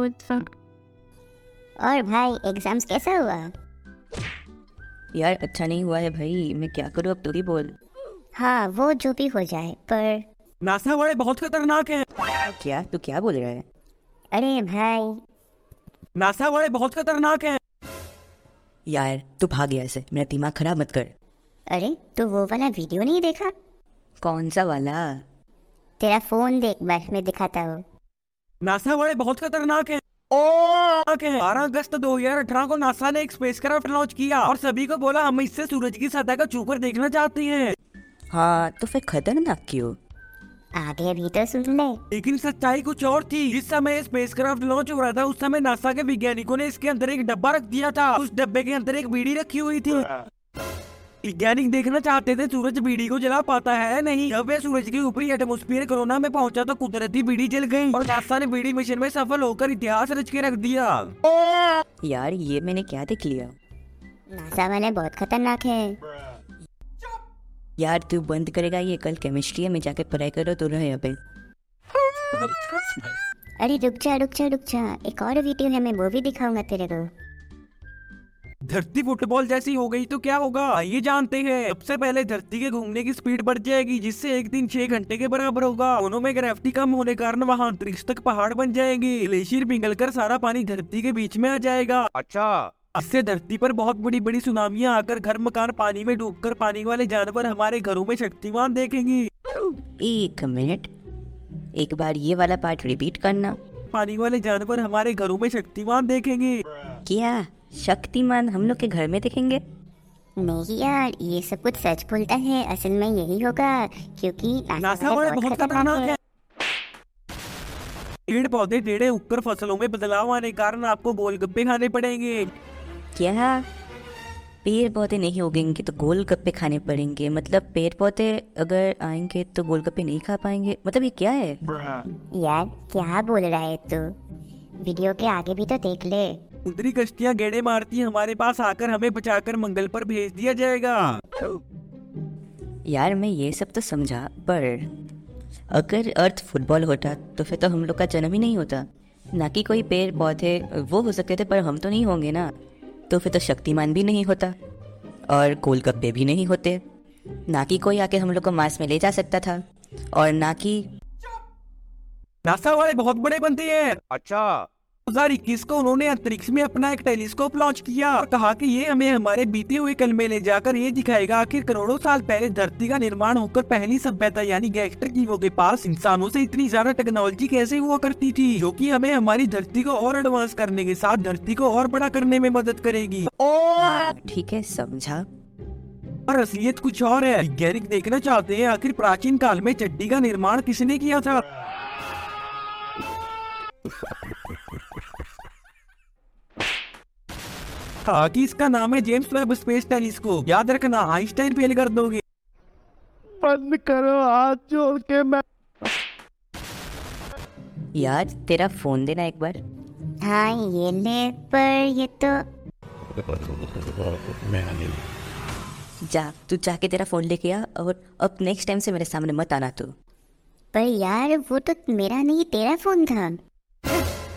with fuck. और भाई exams कैसा हुआ यार अच्छा नहीं हुआ है भाई मैं क्या करूँ अब तू ही बोल हाँ वो जो भी हो जाए पर नासा वाले बहुत खतरनाक हैं क्या तू क्या बोल रहा है अरे भाई नासा वाले बहुत खतरनाक हैं यार तू भाग गया ऐसे मेरा दिमाग खराब मत कर अरे तू वो वाला वीडियो नहीं देखा कौन सा वाला तेरा फोन देख बार मैं दिखाता हूँ नासा वाले बहुत खतरनाक हैं ओ बारह अगस्त 2018 को नासा ने एक स्पेसक्राफ्ट लॉन्च किया और सभी को बोला हम इससे सूरज की सतह को छूकर देखना चाहते हैं हाँ तो फिर खतरनाक क्यों आगे भी तो सुन ले लेकिन सच्चाई कुछ और थी जिस समय स्पेसक्राफ्ट लॉन्च हो रहा था उस समय नासा के वैज्ञानिकों ने इसके अंदर एक डब्बा रख दिया था उस डब्बे के अंदर एक बीड़ी रखी हुई थी वैज्ञानिक देखना चाहते थे सूरज बीड़ी को जला पाता है या नहीं जब वे सूरज के ऊपरी एटमोस्फियर कोरोना में पहुंचा तो कुदरती बीड़ी जल गई और नासा ने बीड़ी मिशन में सफल होकर इतिहास रच के रख दिया यार ये मैंने क्या देख लिया नासा वाले बहुत खतरनाक है यार तू बंद करेगा ये कल केमिस्ट्री में जाके पढ़ाई करो तो रहे अबे अरे रुक जा रुक जा रुक जा एक और वीडियो है मैं वो भी दिखाऊंगा तेरे को धरती फुटबॉल जैसी हो गई तो क्या होगा ये जानते हैं सबसे पहले धरती के घूमने की स्पीड बढ़ जाएगी जिससे एक दिन छह घंटे के बराबर होगा दोनों में ग्रेविटी कम होने के कारण वहाँ अंतरिक्ष तक पहाड़ बन जाएंगे ग्लेशियर पिघल कर सारा पानी धरती के बीच में आ जाएगा अच्छा इससे धरती पर बहुत बड़ी बड़ी सुनामियां आकर घर मकान पानी में डूबकर पानी वाले जानवर हमारे घरों में शक्तिमान देखेंगे एक मिनट एक बार ये वाला पार्ट रिपीट करना पानी वाले जानवर हमारे घरों में शक्तिमान देखेंगे क्या शक्तिमान हम लोग के घर में देखेंगे नहीं यार ये सब कुछ सच बोलता है असल में यही होगा क्योंकि नासा नासा वाले वाले बहुत खतरनाक है पेड़ पौधे टेढ़े उगकर फसलों में बदलाव आने के कारण आपको गोलगप्पे खाने पड़ेंगे क्या पेड़ पौधे नहीं उगेंगे तो गोलगप्पे खाने पड़ेंगे मतलब पेड़ पौधे अगर आएंगे तो गोलगप्पे नहीं खा पाएंगे मतलब ये क्या है यार क्या बोल रहा है तू वीडियो के आगे भी तो देख ले समुद्री कश्तियां गेड़े मारती हमारे पास आकर हमें बचाकर मंगल पर भेज दिया जाएगा यार मैं ये सब तो समझा पर अगर अर्थ फुटबॉल होता तो फिर तो हम लोग का जन्म ही नहीं होता ना कि कोई पेड़ पौधे वो हो सकते थे पर हम तो नहीं होंगे ना तो फिर तो शक्तिमान भी नहीं होता और गोलगप्पे भी नहीं होते ना कि कोई आके हम लोग को मार्स में ले जा सकता था और ना कि नासा वाले बहुत बड़े बनते हैं अच्छा 2021 को उन्होंने अंतरिक्ष में अपना एक टेलीस्कोप लॉन्च किया और कहा कि ये हमें हमारे बीते हुए कल में ले जाकर ये दिखाएगा आखिर करोड़ों साल पहले धरती का निर्माण होकर पहली सभ्यता यानी गैंगस्टर जीवों के पास इंसानों से इतनी ज्यादा टेक्नोलॉजी कैसे हुआ करती थी जो कि हमें हमारी धरती को और एडवांस करने के साथ धरती को और बड़ा करने में मदद करेगी ठीक है समझा और असलियत कुछ और है वैज्ञानिक देखना चाहते हैं आखिर प्राचीन काल में चड्डी का निर्माण किसने किया था ताकि हाँ, इसका नाम है जेम्स वेब स्पेस टेलीस्कोप याद रखना आइंस्टाइन फेल कर दोगे बंद करो हाथ जोड़ के मैं यार तेरा फोन देना एक बार हाँ ये ले पर ये तो जा तू जाके तेरा फोन लेके आ और अब नेक्स्ट टाइम से मेरे सामने मत आना तू पर यार वो तो मेरा नहीं तेरा फोन था